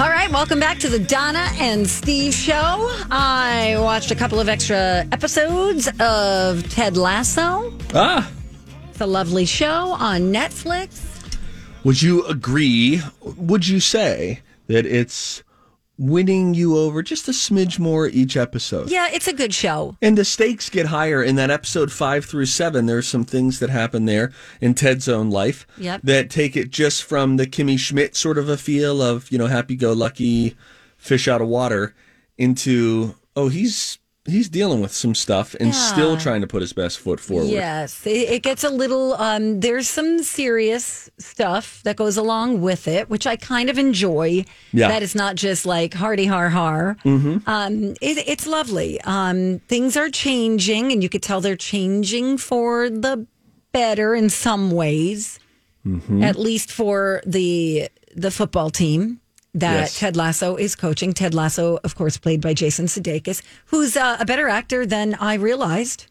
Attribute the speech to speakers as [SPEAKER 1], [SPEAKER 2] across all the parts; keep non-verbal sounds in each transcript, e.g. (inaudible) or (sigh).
[SPEAKER 1] All right, welcome back to the Donna and Steve show. I watched a couple of extra episodes of Ted Lasso.
[SPEAKER 2] Ah,
[SPEAKER 1] It's a lovely show on Netflix.
[SPEAKER 2] would you agree? Would you say that it's winning you over just a smidge more each episode?
[SPEAKER 1] Yeah, it's a good show.
[SPEAKER 2] And the stakes get higher in that episode five through seven. There's some things that happen there in Ted's own life
[SPEAKER 1] Yep.
[SPEAKER 2] that take it just from the Kimmy Schmidt sort of a feel of, you know, happy go lucky fish out of water into, oh, he's. He's dealing with some stuff and still trying to put his best foot forward.
[SPEAKER 1] Yes, it, it gets a little. Um, there's some serious stuff that goes along with it, which I kind of enjoy.
[SPEAKER 2] Yeah. Mm-hmm.
[SPEAKER 1] that it's not just like hardy har har. Um, it, it's lovely. Um, things are changing, and you could tell they're changing for the better in some ways.
[SPEAKER 2] Mm-hmm.
[SPEAKER 1] At least for the the football team that
[SPEAKER 2] Yes.
[SPEAKER 1] Ted Lasso is coaching. Ted Lasso, of course, played by Jason Sudeikis, who's uh, a better actor than I realized.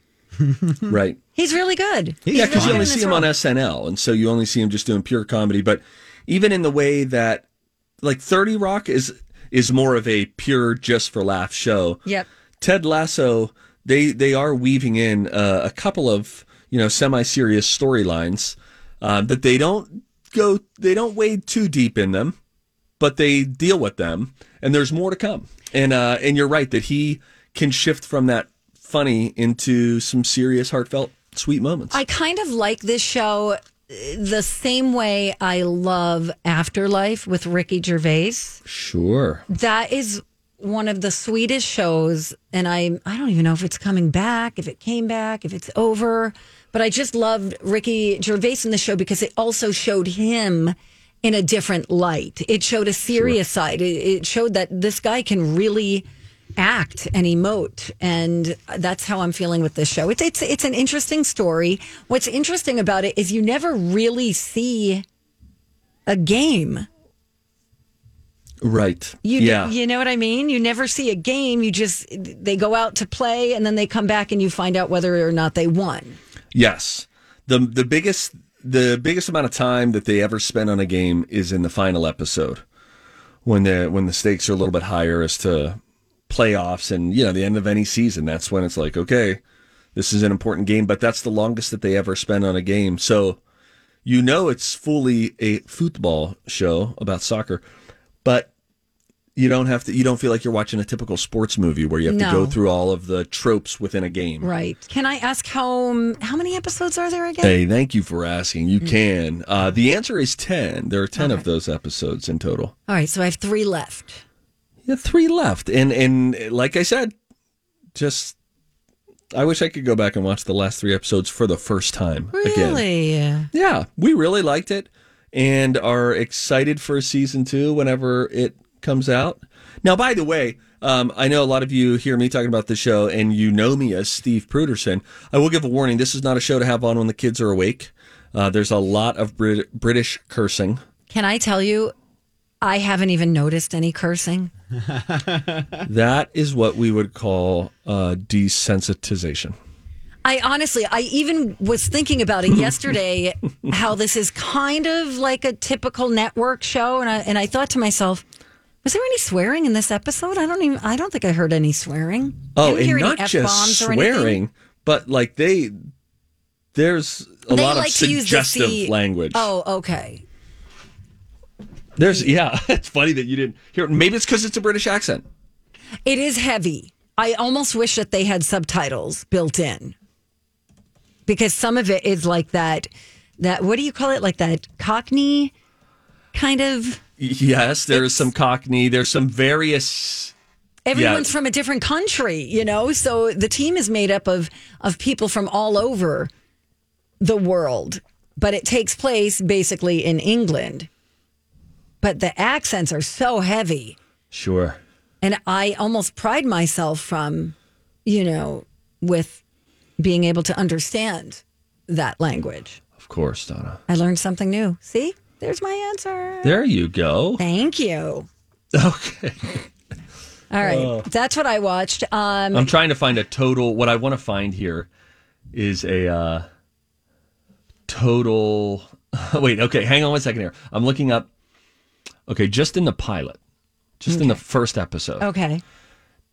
[SPEAKER 2] Right.
[SPEAKER 1] He's really good.
[SPEAKER 2] yeah, because you only see him
[SPEAKER 1] on
[SPEAKER 2] on SNL, and so you only see him just doing pure comedy. But even in the way that, like Thirty Rock is is more of a pure just for laugh show.
[SPEAKER 1] Yep.
[SPEAKER 2] Ted Lasso, they they are weaving in uh, a couple of you know semi serious storylines uh, that they don't go they don't wade too deep in them, but they deal with them, and there's more to come. And uh, and you're right that he can shift from that funny into some serious heartfelt sweet moments.
[SPEAKER 1] I kind of like this show uh, the same way I love Afterlife with Ricky Gervais.
[SPEAKER 2] Sure.
[SPEAKER 1] That is one of the sweetest shows and I I don't even know if it's coming back, if it came back, if it's over, but I just loved Ricky Gervais in the show because it also showed him in a different light. It showed a serious side. It, it showed that this guy can really act and emote and that's how i'm feeling with this show it's, it's it's an interesting story what's interesting about it is you never really see a game
[SPEAKER 2] Right.
[SPEAKER 1] you
[SPEAKER 2] yeah.
[SPEAKER 1] you know what i mean you never see a game you just they go out to play and then they come back and you find out whether or not they won
[SPEAKER 2] Yes. The the biggest the biggest amount of time that they ever spend on a game is in the final episode. When the when the stakes are a little bit higher as to playoffs and you know the end of any season, that's when it's like, okay, this is an important game, but that's the longest that they ever spend on a game. So you know it's fully a football show about soccer, but you don't have to you don't feel like you're watching a typical sports movie where you have to
[SPEAKER 1] No.
[SPEAKER 2] go through all of the tropes within a game.
[SPEAKER 1] right can i ask how how many episodes are there again
[SPEAKER 2] Hey, thank you for asking. You can. Uh, the answer is 10. There are 10 of those episodes in total.
[SPEAKER 1] all right so i have three left
[SPEAKER 2] Yeah, three left. And, and like I said, just, I wish I could go back and watch the last three episodes for the first time again.
[SPEAKER 1] really
[SPEAKER 2] Yeah, we really liked it and are excited for season two whenever it comes out. Now, by the way, um, I know a lot of you hear me talking about the show and you know me as Steve Pruderson. I will give a warning this is not a show to have on when the kids are awake. Uh, there's a lot of Brit- British cursing.
[SPEAKER 1] can i tell you i haven't even noticed any cursing
[SPEAKER 2] That is what we would call uh, desensitization.
[SPEAKER 1] I honestly, I even was thinking about
[SPEAKER 2] (laughs)
[SPEAKER 1] it yesterday, how this is kind of like a typical network show, and I and I thought to myself, was there any swearing in this episode? I don't even, I don't think I heard any swearing. I
[SPEAKER 2] Oh,
[SPEAKER 1] didn't hear
[SPEAKER 2] and
[SPEAKER 1] any
[SPEAKER 2] not just
[SPEAKER 1] F-bombs or anything.
[SPEAKER 2] swearing, but like they, there's a
[SPEAKER 1] They
[SPEAKER 2] lot
[SPEAKER 1] like
[SPEAKER 2] of
[SPEAKER 1] to use the Oh,
[SPEAKER 2] suggestive
[SPEAKER 1] C-
[SPEAKER 2] language.
[SPEAKER 1] Oh, okay.
[SPEAKER 2] There's yeah, (laughs) it's funny that you didn't hear. it. Maybe it's because it's a British accent.
[SPEAKER 1] It is heavy. I almost wish that they had subtitles built in because some of it is like that. That what do you call it? Like that Cockney kind of.
[SPEAKER 2] Y- Yes, there is some Cockney. There's some various.
[SPEAKER 1] Everyone's
[SPEAKER 2] Yeah.
[SPEAKER 1] from a different country, you know. So the team is made up of of people from all over the world, but it takes place basically in England. But the accents are so heavy.
[SPEAKER 2] Sure.
[SPEAKER 1] and I almost pride myself from, you know, with being able to understand that language.
[SPEAKER 2] Of course, Donna.
[SPEAKER 1] I learned something new. See, there's my answer.
[SPEAKER 2] There you go.
[SPEAKER 1] Thank you.
[SPEAKER 2] (laughs) Okay. Oh.
[SPEAKER 1] All right, that's what I watched. Um,
[SPEAKER 2] I'm trying to find a total. What I want to find here is a uh, total. (laughs) Wait, okay, hang on one second here. I'm looking up. Okay, just in the pilot, just in the first episode,
[SPEAKER 1] okay,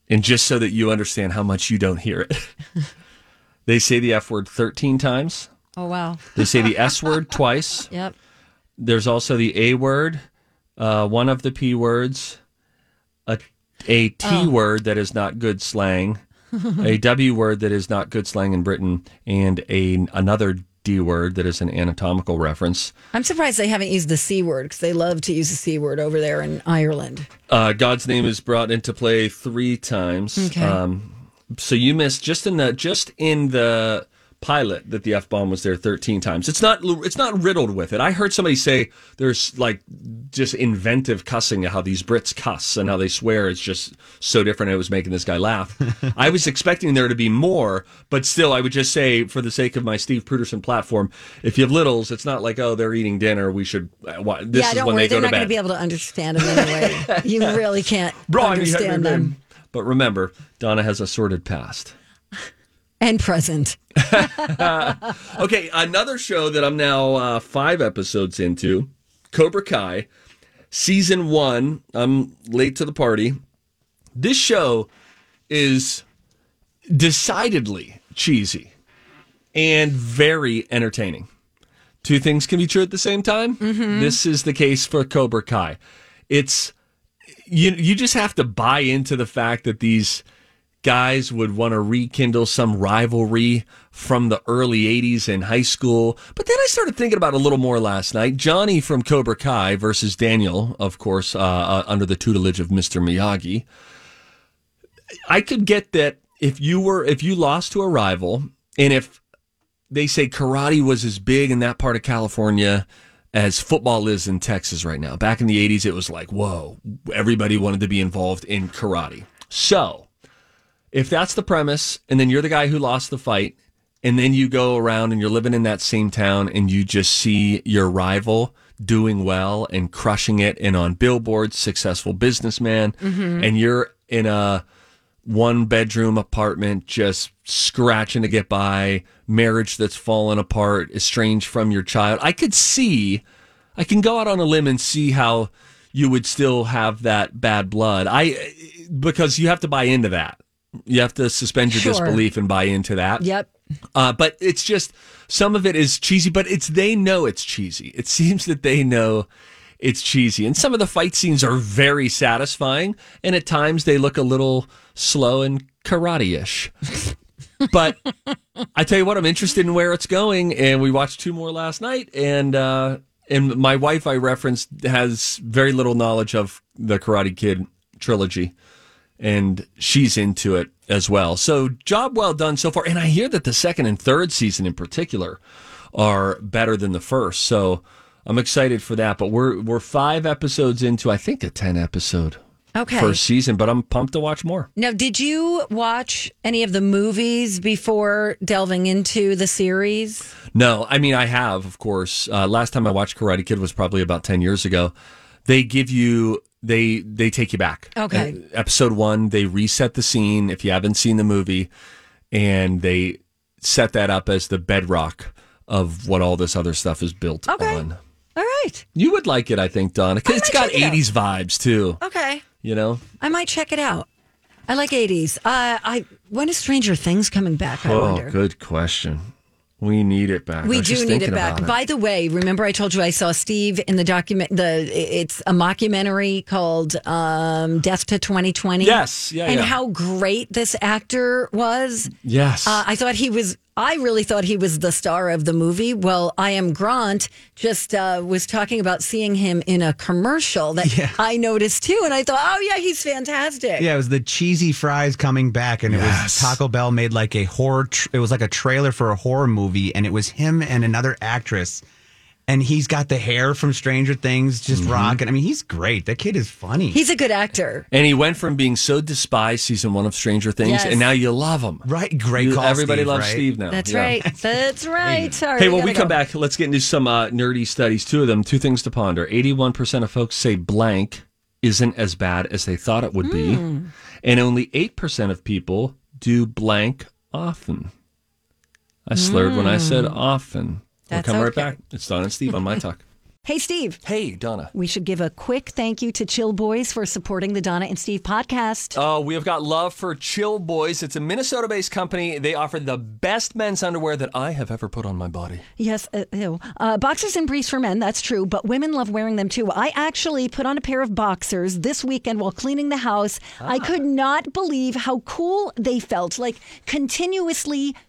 [SPEAKER 2] and just so that you understand how much you don't hear it, (laughs) they say the F word 13 times.
[SPEAKER 1] oh wow,
[SPEAKER 2] They say the S word twice.
[SPEAKER 1] yep,
[SPEAKER 2] There's also the A word, uh, one of the P words, a, a T word that is not good slang, a W word that is not good slang in Britain, and a another D word that is an anatomical reference.
[SPEAKER 1] I'm surprised they haven't used the c word because they love to use the c word over there in Ireland.
[SPEAKER 2] Uh, God's name is brought into play three times.
[SPEAKER 1] Okay.
[SPEAKER 2] Um, so you missed just in the just in the pilot that the f bomb was there 13 times. It's not it's not riddled with it. I heard somebody say there's like just inventive cussing how these Brits cuss and how they swear is just so different. It was making this
[SPEAKER 1] (laughs)
[SPEAKER 2] guy laugh. I was expecting there to be more, but still, I would just say for the sake of my Steve Pruderson platform, if you have littles, it's not like oh they're eating dinner. We should. Uh, why, this
[SPEAKER 1] yeah,
[SPEAKER 2] is
[SPEAKER 1] don't
[SPEAKER 2] when
[SPEAKER 1] worry,
[SPEAKER 2] they
[SPEAKER 1] they're
[SPEAKER 2] go to
[SPEAKER 1] not
[SPEAKER 2] bed.
[SPEAKER 1] going to be able to understand them anyway. you
[SPEAKER 2] (laughs)
[SPEAKER 1] really can't
[SPEAKER 2] Blimey,
[SPEAKER 1] understand
[SPEAKER 2] Henry
[SPEAKER 1] them
[SPEAKER 2] Boone. But remember, Donna has a sordid past.
[SPEAKER 1] and present.
[SPEAKER 2] Okay, another show that I'm now uh, five episodes into Cobra Kai, season one. I'm late to the party. This show is decidedly cheesy and very entertaining. Two things can be true at the same time.
[SPEAKER 1] Mm-hmm.
[SPEAKER 2] This is the case for Cobra Kai. It's you you just have to buy into the fact that these guys would want to rekindle some rivalry from the early 80s in high school. But then I started thinking about it a little more last night. Johnny from Cobra Kai versus Daniel, of course, uh, uh, under the tutelage of Mr. Miyagi. I could get that if you were if you lost to a rival and if they say karate was as big in that part of California as football is in Texas right now. Back in the 80s it was like, whoa, everybody wanted to be involved in karate. So, if that's the premise and then you're the guy who lost the fight and then you go around and you're living in that same town and you just see your rival doing well and crushing it and on billboards successful businessman and you're in a one bedroom apartment just scratching to get by marriage that's fallen apart estranged from your child i could see i can go out on a limb and see how you would still have that bad blood i because you have to buy into that you have to suspend your
[SPEAKER 1] Sure.
[SPEAKER 2] disbelief and buy into that
[SPEAKER 1] Yep.
[SPEAKER 2] uh, but it's just some of it is cheesy, but it's they know it's cheesy. It seems that they know it's cheesy, and some of the fight scenes are very satisfying, and at times they look a little slow and karate-ish. but I tell you what, I'm interested in where it's going, and we watched two more last night, and uh, and my wife I referenced has very little knowledge of the Karate Kid trilogy and she's into it as well. So job well done so far. And I hear that the second and third season in particular are better than the first. So I'm excited for that. But we're we're five episodes into I think a ten episode
[SPEAKER 1] Okay.
[SPEAKER 2] first season, but I'm pumped to watch more.
[SPEAKER 1] Now, did you watch any of the movies before delving into the series?
[SPEAKER 2] No, I mean I have, of course. Uh, last time I watched Karate Kid was probably about ten years ago. They give you they they take you back.
[SPEAKER 1] Okay.
[SPEAKER 2] Uh, episode one, they reset the scene if you haven't seen the movie, and they set that up as the bedrock of what all this other stuff is built
[SPEAKER 1] Okay.
[SPEAKER 2] on.
[SPEAKER 1] All right.
[SPEAKER 2] You would like it, I think, Donna. 'cause it's
[SPEAKER 1] might
[SPEAKER 2] got
[SPEAKER 1] check it out.
[SPEAKER 2] '80s vibes too.
[SPEAKER 1] Okay.
[SPEAKER 2] You know,
[SPEAKER 1] I might check it out. I like 80s. Uh, I when is Stranger Things coming back? I
[SPEAKER 2] Oh,
[SPEAKER 1] wonder.
[SPEAKER 2] good question. We need it back. I
[SPEAKER 1] We
[SPEAKER 2] was
[SPEAKER 1] do
[SPEAKER 2] just
[SPEAKER 1] need it
[SPEAKER 2] thinking
[SPEAKER 1] back.
[SPEAKER 2] about
[SPEAKER 1] By the way, remember I told you I saw Steve in the document. The it's a mockumentary called um, "Death to 2020."
[SPEAKER 2] Yes. Yeah,
[SPEAKER 1] and
[SPEAKER 2] yeah.
[SPEAKER 1] how great this actor was.
[SPEAKER 2] yes.
[SPEAKER 1] Uh, I thought he was. I really thought he was the star of the movie. Well, I am Grant. Just uh, was talking about seeing him in a commercial that
[SPEAKER 3] Yeah.
[SPEAKER 1] I noticed too, and I thought, oh yeah, he's fantastic.
[SPEAKER 3] Yeah, it was the cheesy fries coming back, and
[SPEAKER 2] Yes.
[SPEAKER 3] it was Taco Bell made like a horror. Tr- it was like a trailer for a horror movie, and it was him and another actress, and he's got the hair from Stranger Things just rocking. I mean, he's great. That kid is funny.
[SPEAKER 1] He's a good actor.
[SPEAKER 2] and he went from being so despised season one of Stranger Things,
[SPEAKER 1] Yes.
[SPEAKER 2] and now you love him.
[SPEAKER 3] right, great
[SPEAKER 2] You-
[SPEAKER 3] call.
[SPEAKER 2] everybody
[SPEAKER 3] Steve,
[SPEAKER 2] loves
[SPEAKER 3] right?
[SPEAKER 2] Steve now.
[SPEAKER 1] That's
[SPEAKER 2] Oh, Yeah.
[SPEAKER 1] right. That's right. Sorry.
[SPEAKER 2] (laughs) Hey, when
[SPEAKER 1] gotta
[SPEAKER 2] we come
[SPEAKER 1] go.
[SPEAKER 2] back, let's get into some uh, nerdy studies. Two of them, two things to ponder. 81% of folks say blank isn't as bad as they thought it would
[SPEAKER 1] Hmm.
[SPEAKER 2] be, and only 8% of people do blank often. I slurred when I said often.
[SPEAKER 1] Hmm. That's
[SPEAKER 2] we'll come right
[SPEAKER 1] okay.
[SPEAKER 2] back. It's Don and Steve on My Talk.
[SPEAKER 1] Hey, Steve.
[SPEAKER 2] (laughs) Hey, Donna.
[SPEAKER 1] We should give a quick thank you to Chill Boys for supporting the Donna and Steve podcast.
[SPEAKER 2] Oh, we have got love for Chill Boys. It's a Minnesota based company. They offer the best men's underwear that I have ever put on my body.
[SPEAKER 1] Yes, uh, ew. Uh, boxers and briefs for men, that's true, but women love wearing them too. I actually put on a pair of boxers this weekend while cleaning the house.
[SPEAKER 2] Ah.
[SPEAKER 1] I could not believe how cool they felt, like continuously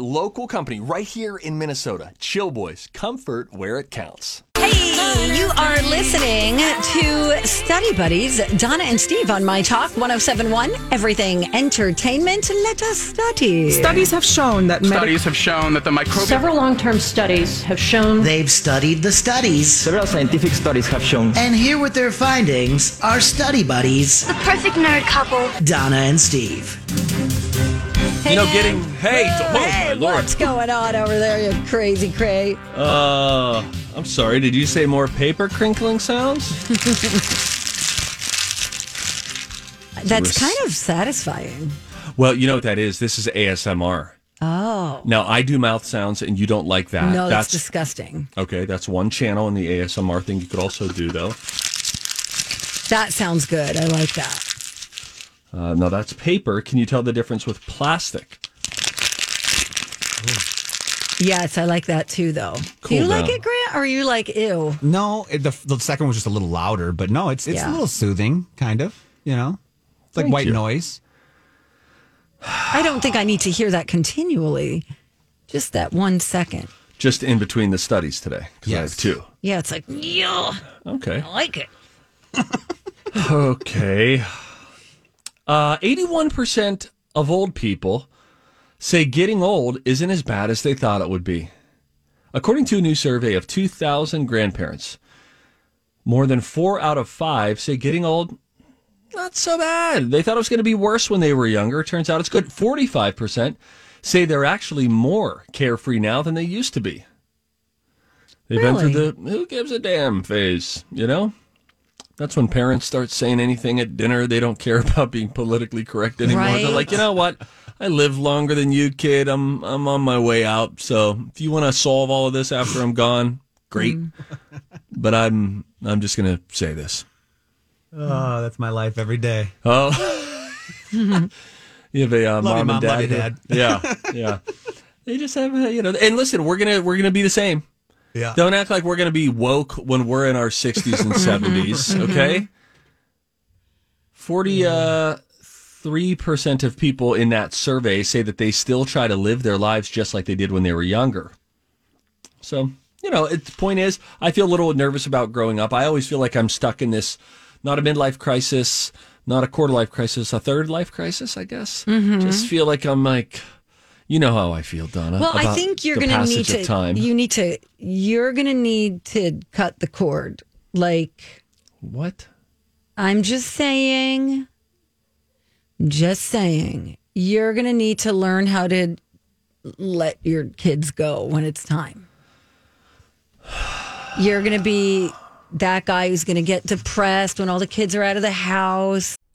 [SPEAKER 2] local company right here in Minnesota. Chill Boys, comfort where it counts.
[SPEAKER 1] Hey, you are listening to Study Buddies, Donna and Steve on My Talk 1071, Everything Entertainment. Let us study.
[SPEAKER 4] Studies have shown that medical
[SPEAKER 5] Studies have shown that the microbial
[SPEAKER 6] Several long term studies have shown
[SPEAKER 7] They've studied the studies,
[SPEAKER 8] Several scientific studies have shown
[SPEAKER 7] and here with their findings are study buddies
[SPEAKER 9] The perfect nerd couple.
[SPEAKER 7] Donna and Steve.
[SPEAKER 2] You know, getting. Hey, oh my
[SPEAKER 1] Hey,
[SPEAKER 2] lord.
[SPEAKER 1] what's going on over there, you crazy cray?
[SPEAKER 2] Uh, I'm sorry. Did you say more paper crinkling sounds?
[SPEAKER 1] That's
[SPEAKER 2] Res-
[SPEAKER 1] kind of satisfying.
[SPEAKER 2] (laughs) Well, you know what that is. This is ASMR. Oh. Now I do mouth sounds, and you don't like that.
[SPEAKER 1] No, that's disgusting.
[SPEAKER 2] okay. That's one channel in the ASMR thing you could also do though.
[SPEAKER 1] That sounds good. I like that.
[SPEAKER 2] Uh, now that's paper. Can you tell the difference with plastic?
[SPEAKER 1] Yes, I like that too, though. Do
[SPEAKER 2] Cool
[SPEAKER 1] you like
[SPEAKER 2] down.
[SPEAKER 1] it, Grant? Or are you like, ew?
[SPEAKER 3] No, it, the, the second was just a little louder, but no, it's it's
[SPEAKER 1] Yeah.
[SPEAKER 3] a little soothing, kind of. You know, it's like
[SPEAKER 2] Thank
[SPEAKER 3] white
[SPEAKER 2] you.
[SPEAKER 3] noise.
[SPEAKER 1] I don't think I need to hear that continually. Just that one second.
[SPEAKER 2] Just in between the studies today, because I
[SPEAKER 3] Yes.
[SPEAKER 2] have two.
[SPEAKER 1] Yeah, it's like, yeah,
[SPEAKER 2] Okay.
[SPEAKER 1] I like it.
[SPEAKER 2] Okay. Uh, 81% of old people say getting old isn't as bad as they thought it would be. According to a new survey of 2,000 grandparents, more than four out of five say getting old, not so bad. They thought it was going to be worse when they were younger. Turns out it's good. 45% say they're actually more carefree now than they used to be. They've been through the who gives a damn phase, you know? That's when parents start saying anything at dinner. They don't care (laughs) about being politically correct anymore. They're
[SPEAKER 1] Right.
[SPEAKER 2] like, you know what? I live longer than you, kid. I'm I'm on my way out. So if you want to solve all of this after I'm gone, great. (laughs) but I'm I'm just gonna say this.
[SPEAKER 3] Oh, that's my life every day.
[SPEAKER 2] You have a uh,
[SPEAKER 3] you,
[SPEAKER 2] mom,
[SPEAKER 3] Mom.
[SPEAKER 2] and dad.
[SPEAKER 3] Love you,
[SPEAKER 2] who-
[SPEAKER 3] Dad.
[SPEAKER 2] (laughs) Yeah, yeah. they just have a, you know. And listen, we're gonna we're gonna be the same.
[SPEAKER 3] Yeah.
[SPEAKER 2] Don't act like we're gonna be woke when we're in our sixties
[SPEAKER 1] Mm-hmm.
[SPEAKER 2] and seventies. Okay. Forty uh three percent of people in that survey say that they still try to live their lives just like they did when they were younger. So you know, it, the point is, I feel a little nervous about growing up. I always feel like I'm stuck in this, not a midlife crisis, not a quarter life crisis, a third life crisis. I guess.
[SPEAKER 1] Mm-hmm.
[SPEAKER 2] Just feel like I'm like, you know how I feel, Donna.
[SPEAKER 1] Well, I
[SPEAKER 2] about
[SPEAKER 1] think you're
[SPEAKER 2] the
[SPEAKER 1] going to
[SPEAKER 2] passage
[SPEAKER 1] need
[SPEAKER 2] of
[SPEAKER 1] to.
[SPEAKER 2] time.
[SPEAKER 1] You need to. You're going to need to cut the cord. Like
[SPEAKER 2] what?
[SPEAKER 1] I'm just saying. Just saying. You're going to need to learn how to let your kids go when it's time. You're going to be that guy who's going to get depressed when all the kids are out of the house.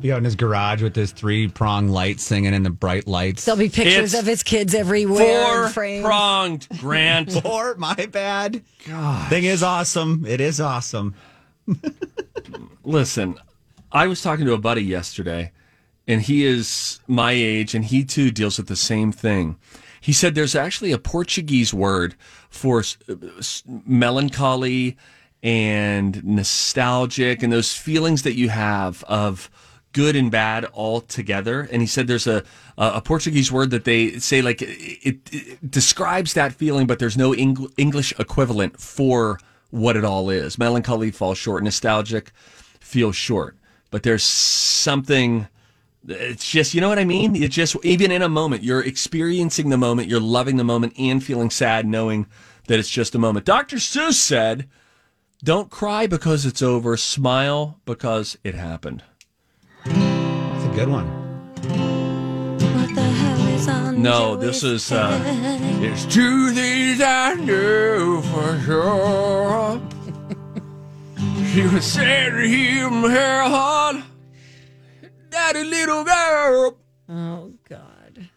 [SPEAKER 3] Be out in his garage with his three prong light singing in the bright lights. (laughs)
[SPEAKER 1] There'll be pictures
[SPEAKER 2] It's
[SPEAKER 1] of his kids everywhere. in frames.
[SPEAKER 2] pronged, Grant.
[SPEAKER 3] Or my bad. God, thing is awesome. It is awesome.
[SPEAKER 2] (laughs) Listen, I was talking to a buddy yesterday, and he is my age, and he too deals with the same thing. He said there's actually a Portuguese word for s- uh, s- melancholy and nostalgic and those feelings that you have of good and bad all together. And he said there's a, a a Portuguese word that they say like it, it describes that feeling, but there's no Eng- English equivalent for what it all is. Melancholy falls short, nostalgic feels short, but there's something. It's just, you know what I mean? It's just, even in a moment, you're experiencing the moment, you're loving the moment, and feeling sad knowing that it's just a moment. Dr. Seuss said, Don't cry because it's over, smile because it happened.
[SPEAKER 3] That's a good one.
[SPEAKER 8] What the hell is on
[SPEAKER 2] No, this
[SPEAKER 8] Joey's
[SPEAKER 2] is uh There's two things I knew for sure. she was sad to hear her heart. Daddy little girl.
[SPEAKER 1] Oh, God.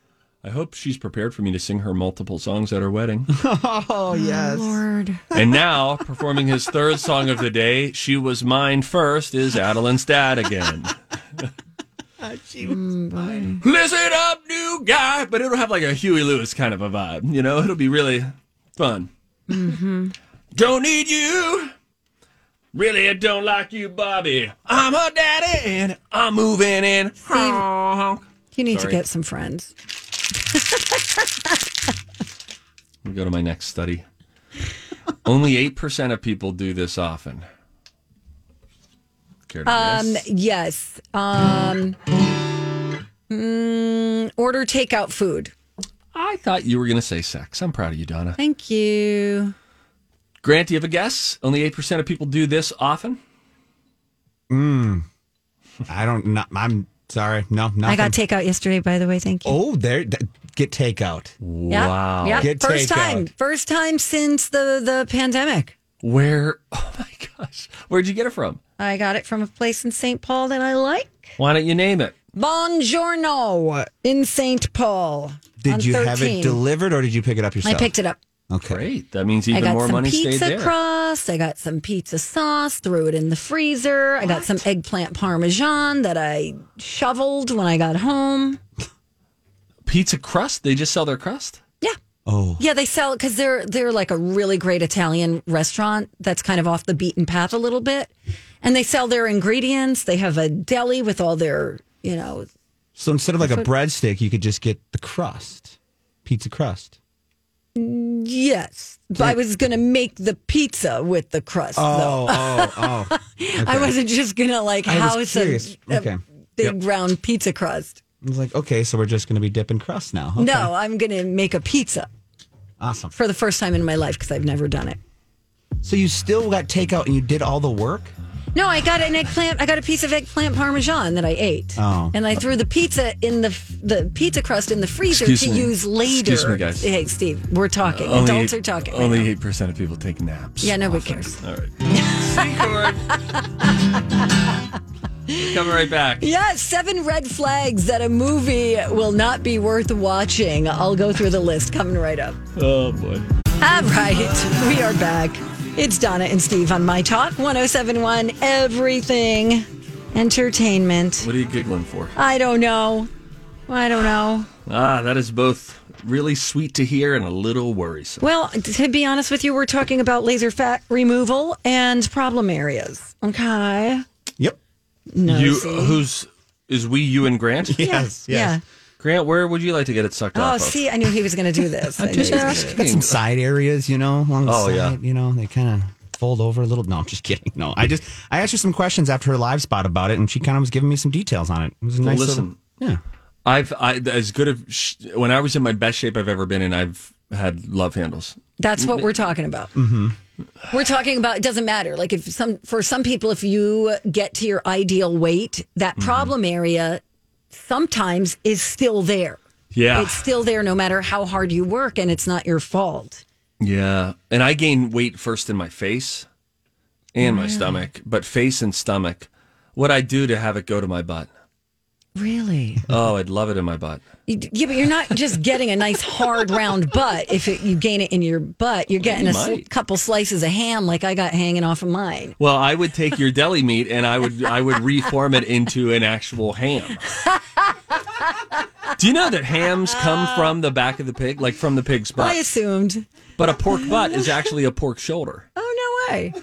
[SPEAKER 2] I hope she's prepared for me to sing her multiple songs at her wedding.
[SPEAKER 3] (laughs) Oh yes.
[SPEAKER 1] Lord.
[SPEAKER 2] and now, performing his third song of the day, She Was Mine First, is Adeline's dad
[SPEAKER 3] (laughs)
[SPEAKER 2] again. Listen up, new guy. But it'll have like a Huey Lewis kind of a vibe. You know, it'll be really fun. Don't need you. Really, I don't like you, Bobby. I'm her daddy, and I'm moving in. Honk.
[SPEAKER 1] You need
[SPEAKER 2] Sorry.
[SPEAKER 1] to get some friends.
[SPEAKER 2] Let me go to my next study. Only eight percent of people do this often. Care to
[SPEAKER 1] Um,
[SPEAKER 2] guess?
[SPEAKER 1] yes. Um, mm, order takeout food.
[SPEAKER 2] I thought you were going to say sex. I'm proud of you, Donna.
[SPEAKER 1] Thank you.
[SPEAKER 2] Grant, do you have a guess? Only eight percent of people do this often.
[SPEAKER 3] I don't. Not, I'm sorry. No, nothing.
[SPEAKER 1] I got takeout yesterday, by the way. Thank you.
[SPEAKER 3] oh, there. th- get takeout.
[SPEAKER 1] Yeah.
[SPEAKER 2] Wow.
[SPEAKER 1] Yeah.
[SPEAKER 3] Get
[SPEAKER 1] First
[SPEAKER 3] takeout.
[SPEAKER 1] time. First time since the, the pandemic.
[SPEAKER 2] Where? (laughs) Oh my gosh! Where'd you get it from?
[SPEAKER 1] I got it from a place in St. Paul that I like.
[SPEAKER 2] Why don't you name it?
[SPEAKER 1] Buongiorno in St. Paul.
[SPEAKER 3] Did
[SPEAKER 1] on
[SPEAKER 3] you have it
[SPEAKER 1] 13.
[SPEAKER 3] delivered or did you pick it up
[SPEAKER 1] I
[SPEAKER 3] yourself?
[SPEAKER 1] picked it up.
[SPEAKER 3] Okay.
[SPEAKER 2] Great. That means
[SPEAKER 1] I
[SPEAKER 2] even
[SPEAKER 1] got
[SPEAKER 2] more
[SPEAKER 1] some
[SPEAKER 2] money stayed
[SPEAKER 1] pizza
[SPEAKER 2] there.
[SPEAKER 1] crust. I got some pizza sauce, threw it in the freezer. I got some eggplant parmesan that I shoveled when I got home.
[SPEAKER 2] pizza crust? They just sell their crust?
[SPEAKER 1] Yeah.
[SPEAKER 3] Oh.
[SPEAKER 1] Yeah, they sell because they're they're like a really great Italian restaurant that's kind of off the beaten path a little bit, and they sell their ingredients. They have a deli with all their you know
[SPEAKER 3] So instead of like a breadstick, you could just get the crust,
[SPEAKER 1] (laughs)
[SPEAKER 3] pizza crust.
[SPEAKER 1] yes. But I was gonna make the pizza with the crust. though.
[SPEAKER 3] oh, oh.
[SPEAKER 1] I wasn't just gonna like
[SPEAKER 3] I was
[SPEAKER 1] house a,
[SPEAKER 3] curious.
[SPEAKER 1] a
[SPEAKER 3] Okay.
[SPEAKER 1] big round pizza crust.
[SPEAKER 3] I was like, okay, so we're just going to be dipping crust now. Okay.
[SPEAKER 1] No, I'm gonna make a pizza
[SPEAKER 3] Awesome.
[SPEAKER 1] for the first time in my life because I've never done it.
[SPEAKER 3] So you still got takeout and you did all the work?
[SPEAKER 1] No, I got an eggplant. I got a piece of eggplant parmesan that I ate,
[SPEAKER 3] Oh.
[SPEAKER 1] and I threw the pizza in the f- the pizza crust in the freezer
[SPEAKER 2] Excuse
[SPEAKER 1] to
[SPEAKER 2] me.
[SPEAKER 1] use later.
[SPEAKER 2] Excuse me, guys.
[SPEAKER 1] Hey, Steve, we're talking. Adults are talking. right
[SPEAKER 2] Only
[SPEAKER 1] now.
[SPEAKER 2] eight percent of people take naps.
[SPEAKER 1] Yeah, nobody cares.
[SPEAKER 2] All right. C chord. Coming right back.
[SPEAKER 1] Yeah, seven red flags that a movie will not be worth watching. I'll go through the list coming right up.
[SPEAKER 2] Oh boy.
[SPEAKER 1] All right, we are back. It's Donna and Steve on My Talk 1071 Everything Entertainment.
[SPEAKER 2] What are you giggling for?
[SPEAKER 1] I don't know. I don't know.
[SPEAKER 2] Ah, that is both really sweet to hear and a little worrisome.
[SPEAKER 1] Well, to be honest with you, we're talking about laser fat removal and problem areas. Okay.
[SPEAKER 3] Yep.
[SPEAKER 1] No.
[SPEAKER 2] you uh,
[SPEAKER 1] see?
[SPEAKER 2] who's is we you and Grant?
[SPEAKER 3] Yes. Yes.
[SPEAKER 2] Grant, where would you like to get it sucked
[SPEAKER 1] Yeah.
[SPEAKER 2] off
[SPEAKER 1] Oh,
[SPEAKER 2] of?
[SPEAKER 1] see, I knew he was going to do this. I knew he was gonna do
[SPEAKER 3] Got some side areas, you know, along the
[SPEAKER 2] Oh,
[SPEAKER 3] side.
[SPEAKER 2] yeah.
[SPEAKER 3] You know, they kind of fold over a little. No, I'm just kidding. No, I just I asked her some questions after her live spot about it, and she kind of was giving me some details on it. It was a nice.
[SPEAKER 2] listen.
[SPEAKER 3] little, yeah.
[SPEAKER 2] I've I, as good of sh- when I was in my best shape I've ever been in. I've had love handles.
[SPEAKER 1] That's what we're talking about. Mm-hmm. We're talking about it doesn't matter. Like if some for some people, if you get to your ideal weight, that problem area sometimes is still there.
[SPEAKER 2] Yeah,
[SPEAKER 1] It's still there no matter how hard you work, and it's not your fault.
[SPEAKER 2] yeah. And I gain weight first in my face and
[SPEAKER 1] Mm.
[SPEAKER 2] my stomach, but face and stomach. What I do to have it go to my butt?
[SPEAKER 1] Really?
[SPEAKER 2] Oh, I'd love it in my butt.
[SPEAKER 1] Yeah, but you're not just getting a nice hard round butt if it, you gain it in your butt. You're getting a s-
[SPEAKER 2] might.
[SPEAKER 1] couple slices of ham like I got hanging off of mine.
[SPEAKER 2] Well, I would take your deli meat and I would I would reform it into an actual ham. Do you know that hams come from the back of the pig, like from the pig's
[SPEAKER 1] I
[SPEAKER 2] butt?
[SPEAKER 1] assumed.
[SPEAKER 2] But a pork butt is actually a pork shoulder.
[SPEAKER 1] Oh no way.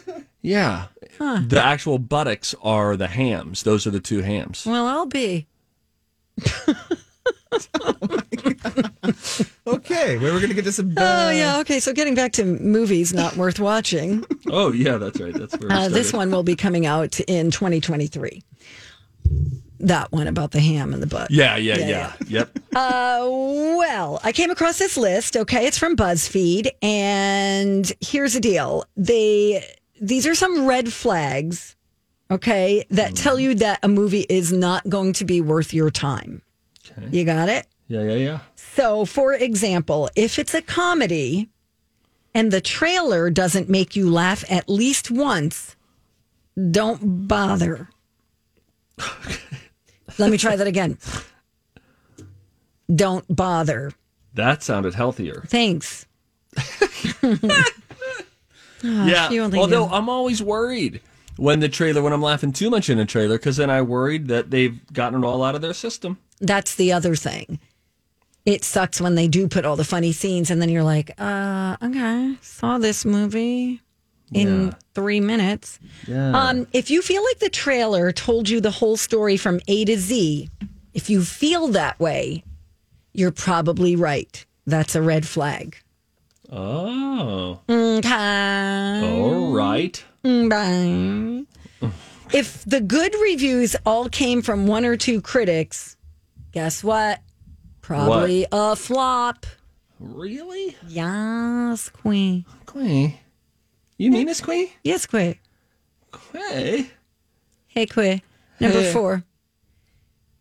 [SPEAKER 2] Yeah. The actual buttocks are the hams. Those are the two hams.
[SPEAKER 1] Well, I'll be.
[SPEAKER 3] Okay, where we're gonna get this? (laughs)
[SPEAKER 1] Oh yeah. Okay. So getting back to movies not worth watching.
[SPEAKER 2] Oh, yeah, that's right. That's where
[SPEAKER 1] Uh, this one will be coming out in 2023. That one about the ham and the butt.
[SPEAKER 2] Yeah, yeah, yeah.
[SPEAKER 1] yeah.
[SPEAKER 2] Yep.
[SPEAKER 1] Uh, well, I came across this list. Okay, it's from BuzzFeed, and here's the deal: they these are some red flags, okay, that tell you that a movie is not going to be worth your time. You got it.
[SPEAKER 2] Yeah, yeah, yeah.
[SPEAKER 1] So, for example, if it's a comedy and the trailer doesn't make you laugh at least once, don't bother. Let me try that again. Don't bother.
[SPEAKER 2] That sounded healthier.
[SPEAKER 1] Thanks.
[SPEAKER 2] yeah.
[SPEAKER 1] you Oh, only
[SPEAKER 2] Although
[SPEAKER 1] knew.
[SPEAKER 2] I'm always worried when the trailer, when I'm laughing too much in a trailer, because then I'm worried that they've gotten it all out of their system.
[SPEAKER 1] That's the other thing. It sucks when they do put all the funny scenes and then you're like, uh, okay, saw this movie in three minutes. Um, if you feel like the trailer told you the whole story from A to Z, if you feel that way, you're probably right. That's a red flag.
[SPEAKER 2] Oh.
[SPEAKER 1] Okay.
[SPEAKER 2] All right.
[SPEAKER 1] Bye. If the good reviews all came from one or two critics, guess what? Probably a flop.
[SPEAKER 2] Really?
[SPEAKER 1] Yes, queen.
[SPEAKER 2] Quay. You mean it's Quay?
[SPEAKER 1] Yes, queen.
[SPEAKER 2] Quay.
[SPEAKER 1] Hey, Quay. Number four.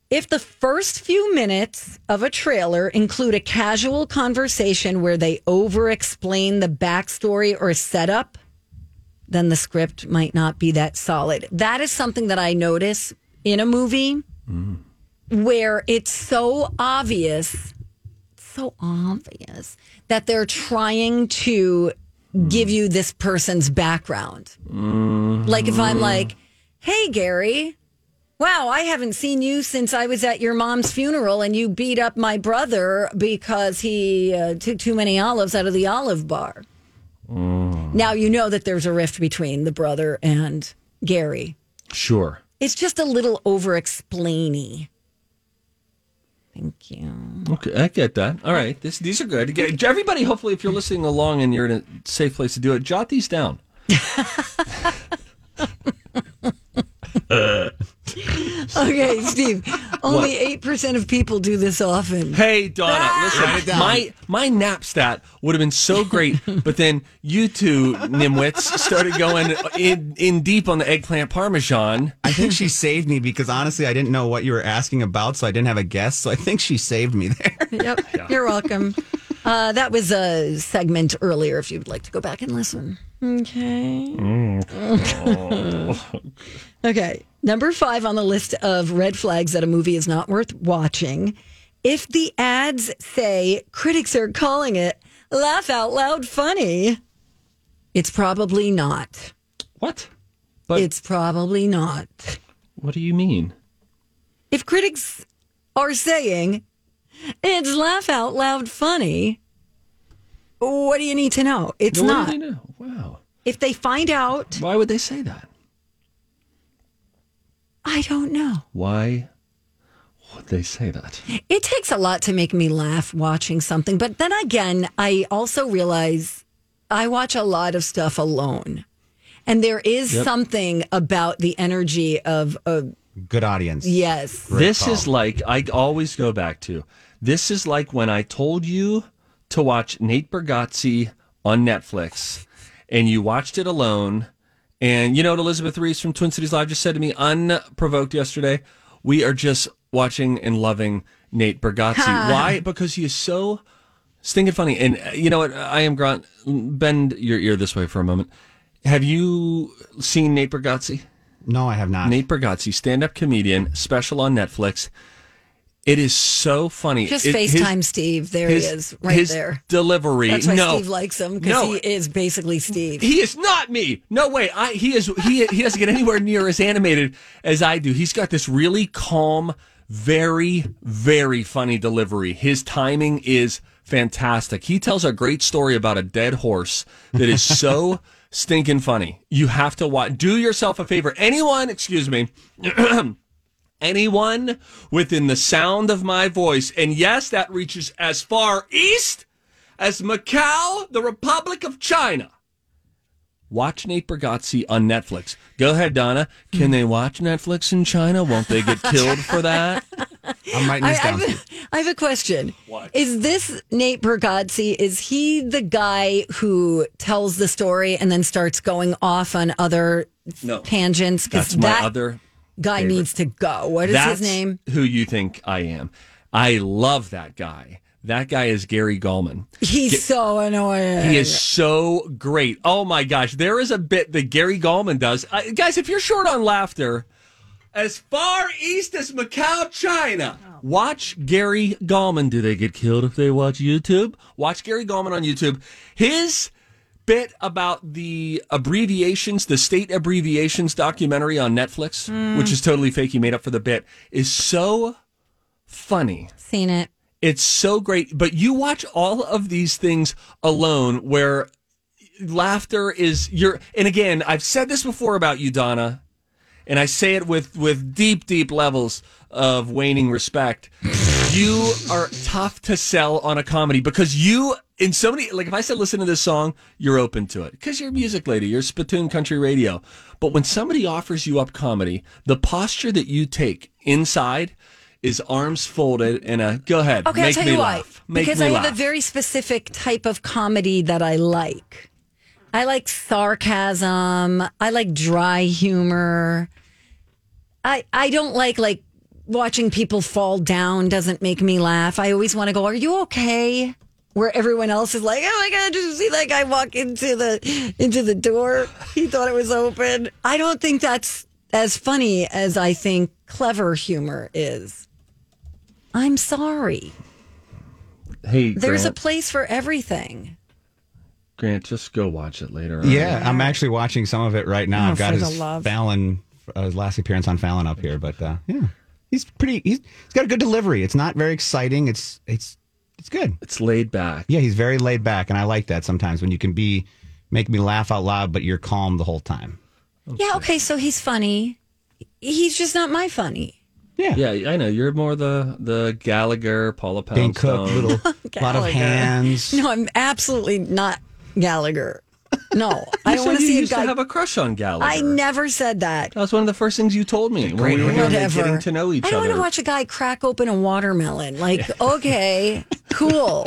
[SPEAKER 1] If the first few minutes of a trailer include a casual conversation where they over explain the backstory or setup, then the script might not be that solid. That is something that I notice in a movie where it's so obvious, so obvious that they're trying to give you this person's background. Like if I'm like, hey, Gary, wow, I haven't seen you since I was at your mom's funeral and you beat up my brother because he uh, took too many olives out of the olive bar. Now you know that there's a rift between the brother and Gary.
[SPEAKER 2] Sure.
[SPEAKER 1] It's just a little over explainy. Thank you.
[SPEAKER 2] Okay, I get that. All right, this, these are good. Get- Everybody, hopefully, if you're listening along and you're in a safe place to do it, jot these down.
[SPEAKER 1] Okay, Steve, only 8% of people do this often.
[SPEAKER 2] Hey, Donna, listen, my my nap stat would have been so (laughs) great, but then you two nimwits started going in in deep on the eggplant parmesan.
[SPEAKER 3] I think she saved me because honestly, I didn't know what you were asking about, so I didn't have a guess. So I think she saved me there. (laughs)
[SPEAKER 1] Yep, you're welcome. Uh, that was a segment earlier if you'd like to go back and listen. Okay. (laughs) okay. Number five on the list of red flags that a movie is not worth watching. If the ads say critics are calling it laugh out loud funny, it's probably not.
[SPEAKER 2] What? But
[SPEAKER 1] it's probably not.
[SPEAKER 2] what do you mean?
[SPEAKER 1] If critics are saying it's laugh out loud funny, what do you need to know? It's
[SPEAKER 2] What do
[SPEAKER 1] not.
[SPEAKER 2] they know? Wow.
[SPEAKER 1] If they find out,
[SPEAKER 2] Why would they say that?
[SPEAKER 1] I don't know.
[SPEAKER 2] Why would they say that?
[SPEAKER 1] It takes a lot to make me laugh watching something. But then again, I also realize I watch a lot of stuff alone. And there is something about the energy of a
[SPEAKER 3] Good audience.
[SPEAKER 1] yes.
[SPEAKER 2] this is like I always go back to. This is like when I told you to watch Nate Bargatze on Netflix, and you watched it alone. And you know what Elizabeth Reese from Twin Cities Live just said to me unprovoked yesterday? We are just watching and loving Nate Bargatze. Why? Because he is so stinking funny. And uh, you know what? I am Grant. Bend your ear this way for a moment. Have you seen Nate Bargatze?
[SPEAKER 3] No, I have not.
[SPEAKER 2] Nate Bargatze, stand-up comedian, special on Netflix. It is so funny.
[SPEAKER 1] Just
[SPEAKER 2] It- his-
[SPEAKER 1] FaceTime Steve. There
[SPEAKER 2] his-
[SPEAKER 1] he is, right
[SPEAKER 2] his
[SPEAKER 1] there.
[SPEAKER 2] Delivery.
[SPEAKER 1] That's why
[SPEAKER 2] no,
[SPEAKER 1] Steve likes him because
[SPEAKER 2] no,
[SPEAKER 1] he is basically Steve.
[SPEAKER 2] he is not me. No way. I he is he he doesn't get anywhere near as animated as I do. He's got this really calm, very very funny delivery. His timing is fantastic. He tells a great story about a dead horse that is so stinking funny. You have to watch. Do yourself a favor. Anyone, excuse me. (clears throat) Anyone within the sound of my voice, and yes, that reaches as far east as Macau, the Republic of China. Watch Nate Bargatze on Netflix. Go ahead, Donna. Can they watch Netflix in China? Won't
[SPEAKER 1] (laughs)
[SPEAKER 2] they get killed for that?
[SPEAKER 3] I'm writing
[SPEAKER 1] I, I
[SPEAKER 3] this down.
[SPEAKER 1] have a, I have a question. Is this Nate Bergazzi? Is he the guy who tells the story and then starts going off on other
[SPEAKER 2] No.
[SPEAKER 1] tangents?
[SPEAKER 2] That's my
[SPEAKER 1] that
[SPEAKER 2] other.
[SPEAKER 1] guy needs to go. What is
[SPEAKER 2] that's
[SPEAKER 1] his name?
[SPEAKER 2] Who you think I am? I love that guy. That guy is Gary Gallman.
[SPEAKER 1] He's so annoying.
[SPEAKER 2] He is so great. Oh my gosh, there is a bit that Gary Gallman does. Uh, guys, if you're short on laughter, as far east as Macau, China, watch Gary Gallman. Do they get killed if they watch YouTube? Watch Gary Gallman on YouTube. His bit about the abbreviations, the state abbreviations documentary on Netflix, which is totally fake. He made up for the bit, is so funny.
[SPEAKER 1] Seen it.
[SPEAKER 2] It's so great. But you watch all of these things alone where laughter is your and again, I've said this before about you, Donna, and I say it with, with deep, deep levels of waning respect. You are tough to sell on a comedy because you in so many like if I said listen to this song, you're open to it. Because you're a music lady, you're Spittoon Country Radio. But when somebody offers you up comedy, the posture that you take inside is arms folded and a go ahead.
[SPEAKER 1] Okay,
[SPEAKER 2] make
[SPEAKER 1] I'll tell
[SPEAKER 2] me
[SPEAKER 1] you why.
[SPEAKER 2] laugh. Make
[SPEAKER 1] because
[SPEAKER 2] me
[SPEAKER 1] I
[SPEAKER 2] laugh.
[SPEAKER 1] have a very specific type of comedy that I like. I like sarcasm. I like dry humor. I I don't like like watching people fall down doesn't make me laugh. I always want to go, "Are you okay?" Where everyone else is like, "Oh my god, did you see that guy walk into the into the door? He thought it was open." I don't think that's as funny as I think clever humor is. I'm sorry.
[SPEAKER 2] hey,
[SPEAKER 1] There's a
[SPEAKER 2] Grant,
[SPEAKER 1] place for everything.
[SPEAKER 2] Grant, just go watch it later.
[SPEAKER 3] Yeah, I'm actually watching some of it right now. I've got
[SPEAKER 1] Oh, for the
[SPEAKER 3] his
[SPEAKER 1] love.
[SPEAKER 3] Fallon, uh, his last appearance on Fallon up here, but uh, yeah, he's pretty. He's, he's got a good delivery. It's not very exciting. It's it's it's good.
[SPEAKER 2] It's laid back.
[SPEAKER 3] Yeah, he's very laid back, and I like that sometimes when you can be make me laugh out loud, but you're calm the whole time.
[SPEAKER 1] Yeah, okay, so he's funny. He's just not my funny.
[SPEAKER 3] Yeah,
[SPEAKER 2] Yeah, I know. You're more the the Gallagher, Paula
[SPEAKER 3] Dane Cook,
[SPEAKER 2] Poundstone.
[SPEAKER 3] little
[SPEAKER 1] (laughs)
[SPEAKER 3] lot of
[SPEAKER 1] Gallagher.
[SPEAKER 3] hands.
[SPEAKER 1] No, I'm absolutely not Gallagher. No, I
[SPEAKER 2] (laughs) You
[SPEAKER 1] don't
[SPEAKER 2] said
[SPEAKER 1] want to
[SPEAKER 2] you
[SPEAKER 1] see a
[SPEAKER 2] used to
[SPEAKER 1] guy.
[SPEAKER 2] have a crush on Gallagher.
[SPEAKER 1] I never said that.
[SPEAKER 2] That was one of the first things you told me when we were doing the
[SPEAKER 1] Whatever.
[SPEAKER 2] getting to know each
[SPEAKER 1] I don't
[SPEAKER 2] other.
[SPEAKER 1] want to watch a guy crack open a watermelon. Like,
[SPEAKER 2] (laughs)
[SPEAKER 1] okay, cool.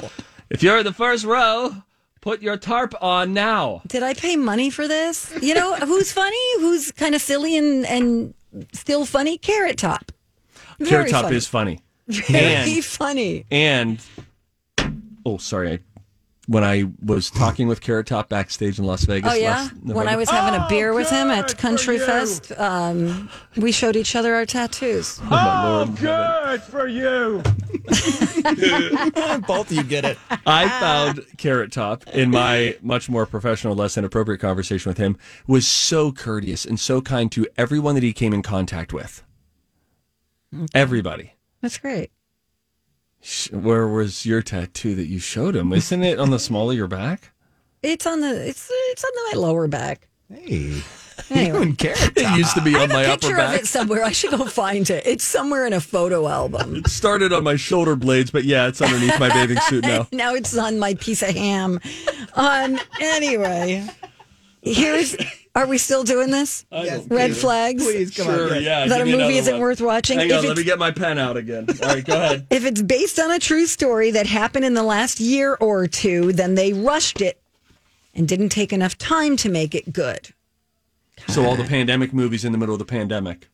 [SPEAKER 2] if you're in the first row, put your tarp on now.
[SPEAKER 1] Did I pay money for this? You know, who's funny? Who's kind of silly and, and still funny? Carrot Top. Very
[SPEAKER 2] Carrot Top
[SPEAKER 1] funny.
[SPEAKER 2] is funny.
[SPEAKER 1] very
[SPEAKER 2] and-
[SPEAKER 1] funny.
[SPEAKER 2] And Oh, sorry. I, when I was talking with Carrot Top backstage in Las Vegas.
[SPEAKER 1] Oh yeah,
[SPEAKER 2] last
[SPEAKER 1] when
[SPEAKER 2] November-
[SPEAKER 1] I was having a beer with him at Country Fest, um, we showed each other our tattoos.
[SPEAKER 2] Oh, my Lord.
[SPEAKER 9] Good for you.
[SPEAKER 3] (laughs) Both of you get it.
[SPEAKER 2] I found Carrot Top in my much more professional, less inappropriate conversation with him was so courteous and so kind to everyone that he came in contact with. Everybody.
[SPEAKER 1] That's great.
[SPEAKER 2] Sh- Where was your tattoo that you showed him? Isn't it on the small of your back?
[SPEAKER 1] It's on the it's it's on the, my lower back.
[SPEAKER 3] (laughs) Hey, you
[SPEAKER 1] Anyway,
[SPEAKER 3] and Carrot
[SPEAKER 2] It
[SPEAKER 3] Top.
[SPEAKER 2] used to be on my upper
[SPEAKER 1] picture of
[SPEAKER 2] back.
[SPEAKER 1] it somewhere. I should go find it. It's somewhere in a photo album.
[SPEAKER 2] (laughs) It started on my shoulder blades, but yeah, it's underneath my bathing suit
[SPEAKER 3] (laughs)
[SPEAKER 2] now.
[SPEAKER 1] now it's on my piece of ham. Um. Anyway, here's. Are we still doing this? Red flags.
[SPEAKER 3] Please come
[SPEAKER 2] Sure,
[SPEAKER 3] on.
[SPEAKER 2] yeah.
[SPEAKER 1] That
[SPEAKER 2] give
[SPEAKER 1] a
[SPEAKER 2] me
[SPEAKER 1] movie
[SPEAKER 2] another
[SPEAKER 1] isn't
[SPEAKER 2] one.
[SPEAKER 1] worth watching.
[SPEAKER 2] Hang
[SPEAKER 1] If
[SPEAKER 2] on, let
[SPEAKER 1] it's-
[SPEAKER 2] me get my pen out again. All right, go ahead.
[SPEAKER 1] If it's based on a true story that happened in the last year or two, then they rushed it and didn't take enough time to make it good.
[SPEAKER 2] So all the pandemic movies in the middle of the pandemic.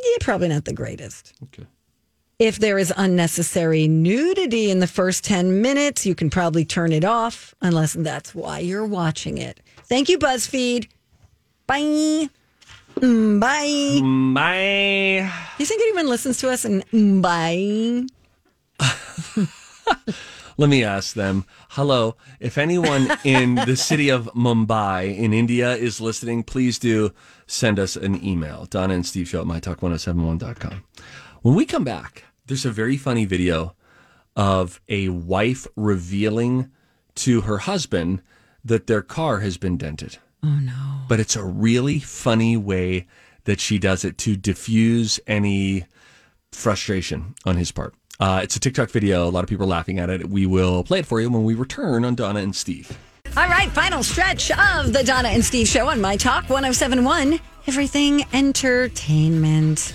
[SPEAKER 1] Yeah, probably not the greatest.
[SPEAKER 2] Okay.
[SPEAKER 1] If there is unnecessary nudity in the first 10 minutes, you can probably turn it off unless that's why you're watching it. Thank you, BuzzFeed. Bye. Mm, Bye.
[SPEAKER 2] My
[SPEAKER 1] You think anyone listens to us and mm, bye?
[SPEAKER 2] Let me ask them. Hello, if anyone in (laughs) the city of Mumbai in India is listening, please do send us an email. Donna and Steve Show at mytalk1071.com. When we come back, there's a very funny video of a wife revealing to her husband that their car has been dented. Oh, no. But it's a really funny way that she does it to diffuse any frustration on his part. Uh, it's a TikTok video. A lot of people are laughing at it. We will play it for you when we return on Donna and Steve.
[SPEAKER 1] All right, final stretch of the Donna and Steve show on My Talk 1071, Everything Entertainment.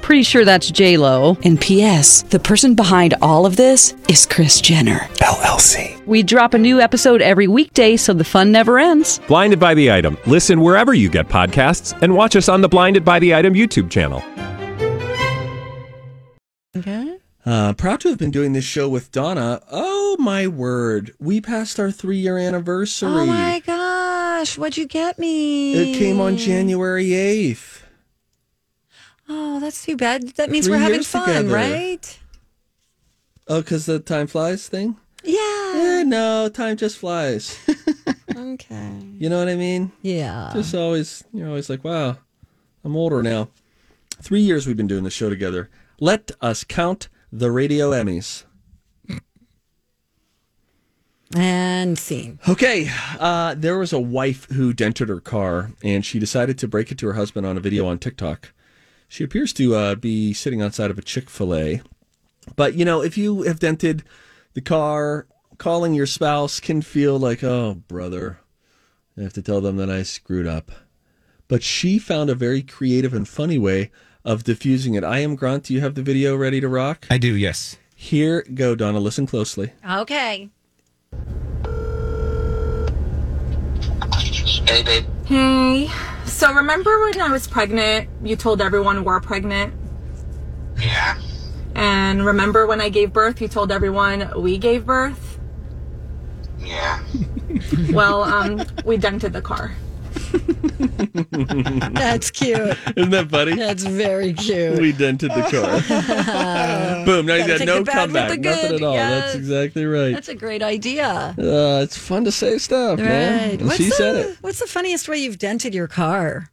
[SPEAKER 10] Pretty sure that's J Lo. Oh, And P.S. The person behind all of this is Chris Jenner LLC. We drop a new episode every weekday, so the fun never ends.
[SPEAKER 9] Blinded by the Item. Listen wherever you get podcasts and watch us on the Blinded by the Item YouTube channel.
[SPEAKER 2] Uh, proud to have been doing this show with Donna. Oh, my word. We passed our three year anniversary.
[SPEAKER 1] Oh, my gosh. What'd you get me?
[SPEAKER 2] it came on January 8th.
[SPEAKER 1] Oh, that's too bad. That means we
[SPEAKER 2] Three
[SPEAKER 1] we're having
[SPEAKER 2] years
[SPEAKER 1] fun,
[SPEAKER 2] together.
[SPEAKER 1] right?
[SPEAKER 2] Oh, because the time flies thing?
[SPEAKER 1] Yeah.
[SPEAKER 2] Eh, no, time just flies.
[SPEAKER 1] Okay.
[SPEAKER 2] You know what I mean?
[SPEAKER 1] Yeah.
[SPEAKER 2] just always you're always like wow i'm older now three years we've been doing the show together let us count the radio emmys
[SPEAKER 1] And scene.
[SPEAKER 2] okay uh, there was a wife who dented her car and she decided to break it to her husband on a video on tiktok she appears to uh, be sitting outside of a chick-fil-a but you know if you have dented the car calling your spouse can feel like oh brother I have to tell them that I screwed up. But she found a very creative and funny way of diffusing it. I am Grant. Do you have the video ready to rock?
[SPEAKER 3] I do, yes. (laughs)
[SPEAKER 2] Here, go, Donna. Listen closely. (laughs)
[SPEAKER 1] Okay.
[SPEAKER 11] Hey, babe.
[SPEAKER 12] Hey, so remember when I was pregnant, you told everyone we're pregnant?
[SPEAKER 11] Yeah.
[SPEAKER 12] And remember when I gave birth, you told everyone we gave birth?
[SPEAKER 11] Yeah.
[SPEAKER 12] Well, um, we dented the car.
[SPEAKER 1] That's cute.
[SPEAKER 2] Isn't that funny?
[SPEAKER 1] That's very cute.
[SPEAKER 2] We dented the
[SPEAKER 1] (laughs)
[SPEAKER 2] car. Boom. Now
[SPEAKER 1] Gotta
[SPEAKER 2] he's got
[SPEAKER 1] take
[SPEAKER 2] no
[SPEAKER 1] the bad with
[SPEAKER 2] comeback.
[SPEAKER 1] the
[SPEAKER 2] Nothing
[SPEAKER 1] good,
[SPEAKER 2] at all.
[SPEAKER 1] yes.
[SPEAKER 2] That's exactly right.
[SPEAKER 1] That's a great idea.
[SPEAKER 2] uh, it's fun to say stuff, man.
[SPEAKER 1] Right.
[SPEAKER 2] And She
[SPEAKER 1] the,
[SPEAKER 2] said it.
[SPEAKER 1] What's the funniest way you've dented your car?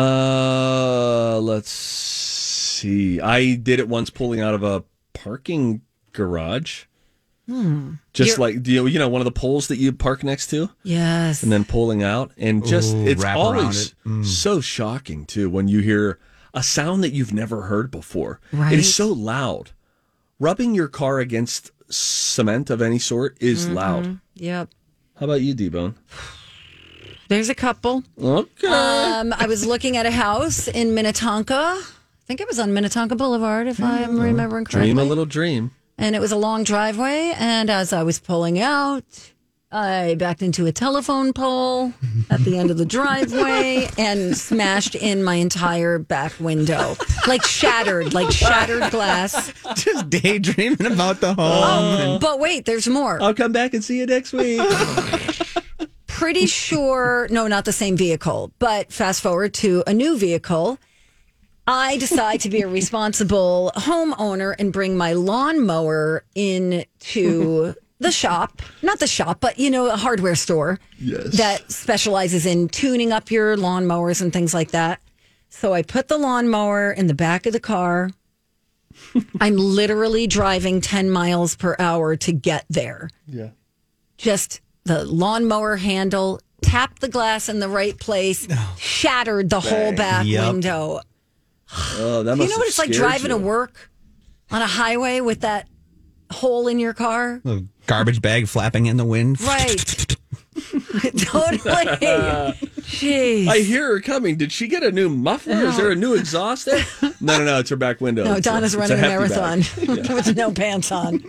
[SPEAKER 2] Uh, let's see. I did it once pulling out of a parking garage. Just
[SPEAKER 1] Hmm. You're-
[SPEAKER 2] like do you, you know, one of the poles that you park next to,
[SPEAKER 1] Yes.
[SPEAKER 2] and then pulling out, and just
[SPEAKER 3] Ooh,
[SPEAKER 2] it's
[SPEAKER 3] wrap around
[SPEAKER 2] always
[SPEAKER 3] it. Mm.
[SPEAKER 2] so shocking too when you hear a sound that you've never heard before. It
[SPEAKER 1] Right.
[SPEAKER 2] is so loud. Rubbing your car against
[SPEAKER 1] Mm-hmm.
[SPEAKER 2] cement of any sort is loud.
[SPEAKER 1] Yep.
[SPEAKER 2] How about you, D Bone?
[SPEAKER 1] There's a couple.
[SPEAKER 2] Okay.
[SPEAKER 1] Um, I was looking at a house in Minnetonka. I think it was on Minnetonka Boulevard, if I'm remembering correctly.
[SPEAKER 2] Dream a little dream.
[SPEAKER 1] And it was a long driveway. And as I was pulling out, I backed into a telephone pole at the end of the driveway and smashed in my entire back window, like shattered, like shattered glass.
[SPEAKER 3] Just daydreaming about the home.
[SPEAKER 1] Oh.
[SPEAKER 3] and-
[SPEAKER 1] But wait, there's more.
[SPEAKER 2] I'll come back and see you
[SPEAKER 1] (laughs)
[SPEAKER 2] next week.
[SPEAKER 1] pretty sure, no, not the same vehicle, but fast forward to a new vehicle. I decide to be a responsible homeowner and bring my lawnmower
[SPEAKER 2] (laughs)
[SPEAKER 1] into the shop, not the shop, but you know, a hardware store
[SPEAKER 2] Yes.
[SPEAKER 1] that specializes in tuning up your lawnmowers and things like that. So I put the lawnmower in the back of the
[SPEAKER 2] (laughs)
[SPEAKER 1] car. I'm literally driving 10 miles per hour to get there
[SPEAKER 2] yeah.
[SPEAKER 1] just the lawnmower handle tapped the glass in the right place shattered the whole
[SPEAKER 2] Bang.
[SPEAKER 1] back
[SPEAKER 2] Yep.
[SPEAKER 1] window
[SPEAKER 2] Oh, that
[SPEAKER 1] you
[SPEAKER 2] must
[SPEAKER 1] know
[SPEAKER 2] have
[SPEAKER 1] what it's like
[SPEAKER 2] scared
[SPEAKER 1] driving
[SPEAKER 2] you.
[SPEAKER 1] to work on a highway with that hole in your car
[SPEAKER 3] The garbage bag flapping in the wind.
[SPEAKER 1] right totally jeez
[SPEAKER 2] I hear her coming. Did she get a new muffler? Is there a new exhaust
[SPEAKER 1] (laughs)
[SPEAKER 2] there? No, no, no. It's her back window.
[SPEAKER 1] no
[SPEAKER 2] It's a-
[SPEAKER 1] donna's
[SPEAKER 2] it's a
[SPEAKER 1] running a
[SPEAKER 2] hefty
[SPEAKER 1] marathon
[SPEAKER 2] bag.
[SPEAKER 1] (laughs) with no pants on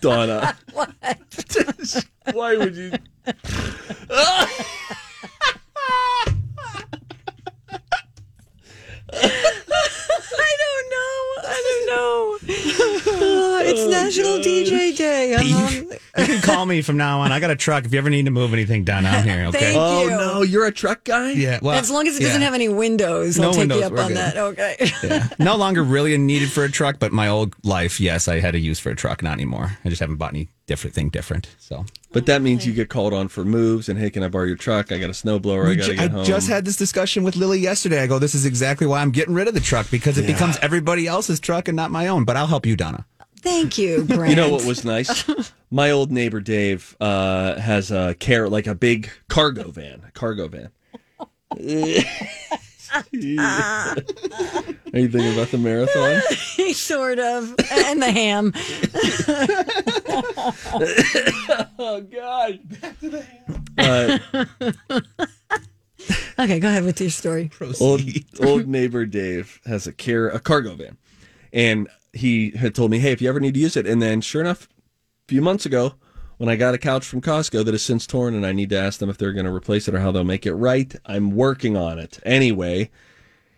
[SPEAKER 2] Donna.
[SPEAKER 1] (laughs) what
[SPEAKER 2] (laughs) Why would you?
[SPEAKER 1] I don't know. I don't know. Uh, it's National DJ Day. Um,
[SPEAKER 3] (laughs) You can call me from now on. I got a truck. If you ever need to move anything, done, I'm here.
[SPEAKER 1] (laughs)
[SPEAKER 3] Okay.
[SPEAKER 1] Thank
[SPEAKER 2] Oh
[SPEAKER 1] you.
[SPEAKER 2] no, you're a truck guy.
[SPEAKER 3] Yeah. Well,
[SPEAKER 1] as long as it doesn't
[SPEAKER 3] yeah.
[SPEAKER 1] have any windows, I'll
[SPEAKER 3] No
[SPEAKER 1] take
[SPEAKER 3] windows,
[SPEAKER 1] you up
[SPEAKER 3] we're
[SPEAKER 1] on
[SPEAKER 3] good.
[SPEAKER 1] that. Okay.
[SPEAKER 3] (laughs) no longer really needed for a truck, but my old life, yes, I had a use for a truck. Not anymore. I just haven't bought any different thing different. So
[SPEAKER 2] But that means you get called on for moves and hey, can I borrow your truck? I got a snowblower. I
[SPEAKER 3] We
[SPEAKER 2] gotta
[SPEAKER 3] ju-
[SPEAKER 2] get home.
[SPEAKER 3] just had this discussion with Lily yesterday. I go, this is exactly why I'm getting rid of the truck because it
[SPEAKER 2] Yeah.
[SPEAKER 3] becomes everybody else's truck and not my own. But I'll help you, Donna.
[SPEAKER 1] Thank you, Brent.
[SPEAKER 2] You know what was nice? My old neighbor Dave uh, has a car, like a big cargo van, a cargo van. (laughs) Are you thinking about the marathon?
[SPEAKER 1] (laughs) sort of, and the ham.
[SPEAKER 2] oh God! Uh,
[SPEAKER 1] Okay, go ahead with your story.
[SPEAKER 2] old old neighbor Dave has a car a cargo van, and he had told me, "Hey, if you ever need to use it," and then sure enough, a few months ago, when I got a couch from Costco that is since torn, and I need to ask them if they're going to replace it or how they'll make it right. I'm working on it anyway.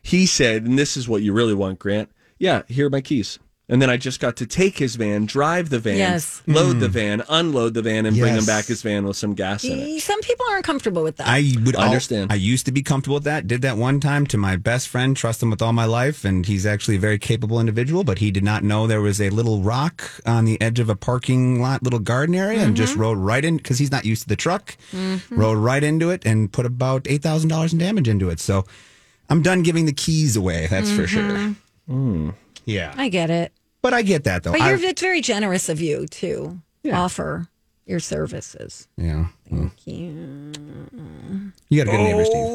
[SPEAKER 2] He said, and this is what you really want, Grant. Yeah, here are my keys. And then I just got to take his van, drive the van,
[SPEAKER 1] Yes.
[SPEAKER 2] load the van, unload the van, and bring him
[SPEAKER 3] Yes.
[SPEAKER 2] back his van with some gas in it.
[SPEAKER 1] Eh, Some people aren't comfortable with that.
[SPEAKER 3] I would
[SPEAKER 2] I understand.
[SPEAKER 3] I used to be comfortable with that. Did that one time to my best friend, trust him with all my life, and he's actually a very capable individual. But he did not know there was a little rock on the edge of a parking lot, little garden area, and just rode right in because he's not used to the truck. Rode right into it and put about eight thousand dollars in damage into it. So I'm done giving the keys away. That's for sure. Yeah,
[SPEAKER 1] I get it,
[SPEAKER 3] but I get that though.
[SPEAKER 1] but
[SPEAKER 3] I-
[SPEAKER 1] you're, it's very generous of you to offer your services.
[SPEAKER 3] yeah, Mm.
[SPEAKER 1] You-
[SPEAKER 3] you got a good neighbor, Steve.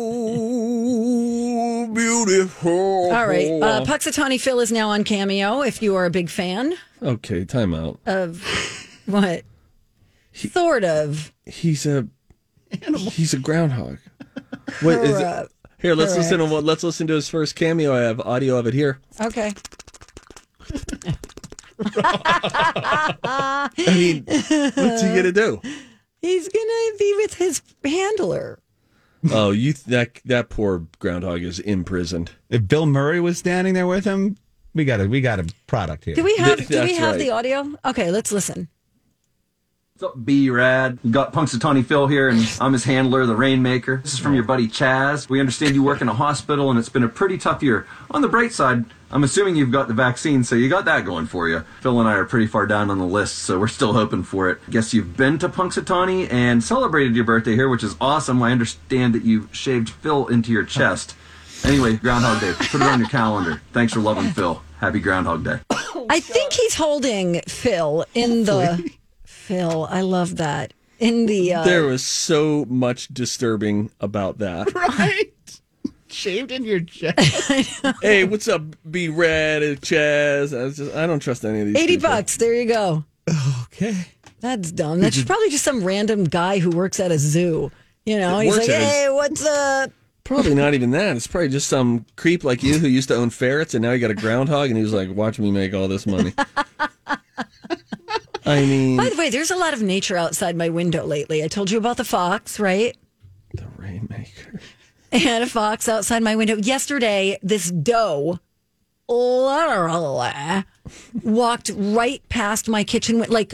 [SPEAKER 2] Oh, beautiful.
[SPEAKER 1] All right, uh, Puxatawny Phil is now on Cameo. If you are a big fan
[SPEAKER 2] Okay, time out.
[SPEAKER 1] of what, sort of.
[SPEAKER 2] He's a He's a groundhog. What is it?
[SPEAKER 1] Correct.
[SPEAKER 2] Here, let's listen to
[SPEAKER 1] Correct.
[SPEAKER 2] what let's listen to his first cameo. I have audio of it here.
[SPEAKER 1] Okay.
[SPEAKER 2] I mean, what's he
[SPEAKER 1] (laughs)
[SPEAKER 2] gonna do?
[SPEAKER 1] He's gonna be with his handler.
[SPEAKER 2] Oh, you th- that that poor groundhog is imprisoned.
[SPEAKER 3] If Bill Murray was standing there with him, we got a we got a product here.
[SPEAKER 1] Do we have? do we
[SPEAKER 2] that's
[SPEAKER 1] have
[SPEAKER 2] right.
[SPEAKER 1] the audio? Okay, let's listen.
[SPEAKER 13] What's up, B Rad? We got Punxsutawney Phil here, and I'm his handler, the Rainmaker. This is from your buddy Chaz. We understand you work in a hospital, and it's been a pretty tough year. On the bright side, I'm assuming you've got the vaccine, so you got that going for you. Phil and I are pretty far down on the list, so we're still hoping for it. Guess you've been to Punxsutawney and celebrated your birthday here, which is awesome. I understand that you've shaved Phil into your chest. Anyway, Groundhog Day. Put it on your calendar. Thanks for loving Phil. Happy Groundhog Day.
[SPEAKER 2] Oh,
[SPEAKER 1] I think he's holding Phil in the Phil. I love that in the uh,
[SPEAKER 2] There was so much disturbing about that.
[SPEAKER 1] (laughs)
[SPEAKER 3] Right. (laughs) Shaved in your chest.
[SPEAKER 2] hey, what's up, B Rad and Chaz? I was just I don't trust any of these.
[SPEAKER 1] eighty
[SPEAKER 2] people.
[SPEAKER 1] bucks. There you go.
[SPEAKER 3] Okay.
[SPEAKER 1] That's dumb. That's probably just some random guy who works at a zoo. You know,
[SPEAKER 2] It
[SPEAKER 1] he's
[SPEAKER 2] works
[SPEAKER 1] like,
[SPEAKER 2] at his-
[SPEAKER 1] hey, what's up?
[SPEAKER 2] Probably not even that. It's probably just some creep like you who used to own ferrets and now he got a groundhog and he was like, watch me make all this money. I mean,
[SPEAKER 1] By the way, there's a lot of nature outside my window lately. I told you about the fox, right? The rainmaker. (laughs) And a fox outside my window. Yesterday, this doe literally walked right past my kitchen, win- like,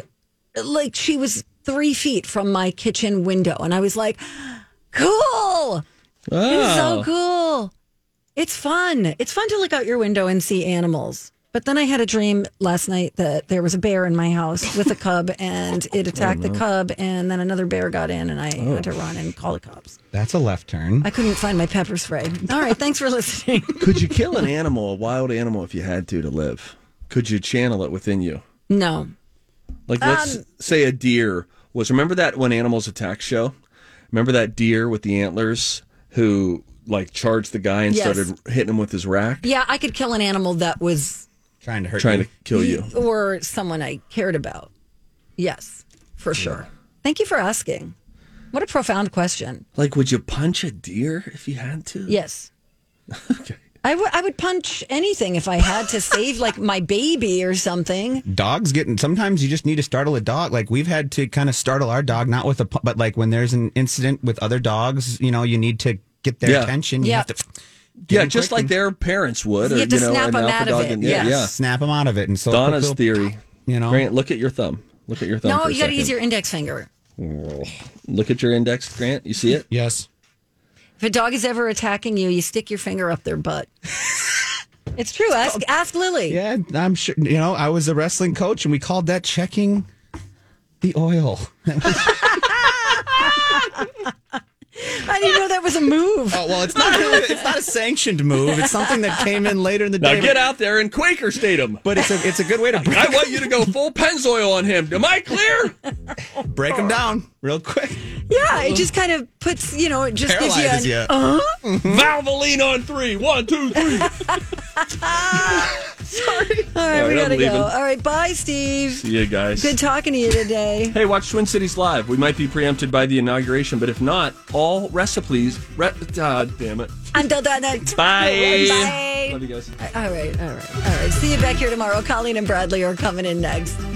[SPEAKER 1] like she was three feet from my kitchen window. And I was like, cool. It's so
[SPEAKER 2] Wow.
[SPEAKER 1] cool. It's fun. It's fun to look out your window and see animals. But then I had a dream last night that there was a bear in my house with a cub and it attacked
[SPEAKER 3] no.
[SPEAKER 1] the cub and then another bear got in and I had to run and call the cops.
[SPEAKER 3] That's a left turn.
[SPEAKER 1] I couldn't find my pepper spray. All right, thanks for listening.
[SPEAKER 2] could you kill an animal, a wild animal, if you had to to live? Could you channel it within you?
[SPEAKER 1] No.
[SPEAKER 2] Like, let's
[SPEAKER 1] Um,
[SPEAKER 2] say a deer was. Remember that when animals attack show? Remember that deer with the antlers who like charged the guy and
[SPEAKER 1] Yes.
[SPEAKER 2] started hitting him with his rack,
[SPEAKER 1] Yeah, I could kill an animal that was
[SPEAKER 3] trying to hurt,
[SPEAKER 2] trying to kill you.
[SPEAKER 1] or someone I cared about. Yes, for sure. Thank you for asking. What a profound question.
[SPEAKER 2] Like, would you punch a deer if you had to? (laughs)
[SPEAKER 1] Yes. I would I would punch anything if I had to save like my baby or something.
[SPEAKER 3] dogs getting sometimes you just need to startle a dog like we've had to kind of startle our dog not with a pu- but like when there's an incident with other dogs you know you need to get their
[SPEAKER 2] Yeah.
[SPEAKER 3] attention you
[SPEAKER 1] Yeah.
[SPEAKER 3] have to
[SPEAKER 2] Yeah, just like their parents would, or
[SPEAKER 1] You
[SPEAKER 2] you,
[SPEAKER 1] have to
[SPEAKER 2] know,
[SPEAKER 1] snap
[SPEAKER 2] an
[SPEAKER 1] 'em
[SPEAKER 2] alpha
[SPEAKER 1] out of
[SPEAKER 2] dog.
[SPEAKER 1] it,
[SPEAKER 2] And, yeah,
[SPEAKER 1] yes.
[SPEAKER 2] yeah.
[SPEAKER 3] snap them out of it and so
[SPEAKER 2] Donna's
[SPEAKER 3] little-
[SPEAKER 2] theory.
[SPEAKER 3] You know,
[SPEAKER 2] Grant, look at your thumb. Look at your thumb.
[SPEAKER 1] No,
[SPEAKER 2] for a
[SPEAKER 1] you got to use your
[SPEAKER 2] second.
[SPEAKER 1] index finger.
[SPEAKER 2] Look at your index, Grant. You
[SPEAKER 1] (laughs)
[SPEAKER 2] see it?
[SPEAKER 3] Yes.
[SPEAKER 1] If a dog is ever attacking you, you stick your finger up their
[SPEAKER 2] (laughs)
[SPEAKER 1] butt. it's true. Ask ask Lily.
[SPEAKER 3] yeah i'm sure you know i was a wrestling coach and we called that checking the oil
[SPEAKER 1] I didn't know that was a
[SPEAKER 2] (laughs)
[SPEAKER 1] move.
[SPEAKER 3] Oh well, it's not really, it's not a sanctioned move it's something that came in later in the
[SPEAKER 2] Now
[SPEAKER 3] day
[SPEAKER 2] get out there and Quaker state him.
[SPEAKER 3] but it's a it's a good way to break,
[SPEAKER 2] I want you to go full Pennzoil on him. Am
[SPEAKER 1] (laughs)
[SPEAKER 2] I clear?
[SPEAKER 3] break them down real quick
[SPEAKER 1] Yeah, it just kind of puts, you know, it just gives
[SPEAKER 3] Paralyzes
[SPEAKER 1] you
[SPEAKER 3] you.
[SPEAKER 1] an, uh-huh.
[SPEAKER 2] Valvoline on three. One,
[SPEAKER 1] (laughs)
[SPEAKER 2] two, three.
[SPEAKER 1] All right,
[SPEAKER 2] All
[SPEAKER 1] we
[SPEAKER 2] right,
[SPEAKER 1] got
[SPEAKER 2] I'm
[SPEAKER 1] to go.
[SPEAKER 2] leaving.
[SPEAKER 1] All right, bye, Steve.
[SPEAKER 2] See you guys.
[SPEAKER 1] Good talking to you today.
[SPEAKER 2] Hey, watch Twin Cities Live. We might be preempted by the inauguration, but if not, all recipes. Re- ah, damn it.
[SPEAKER 1] Until then, bye.
[SPEAKER 2] Bye.
[SPEAKER 1] Bye.
[SPEAKER 2] Love you guys.
[SPEAKER 1] All right, all right, all right. See you back here tomorrow. Colleen and Bradley are coming in next.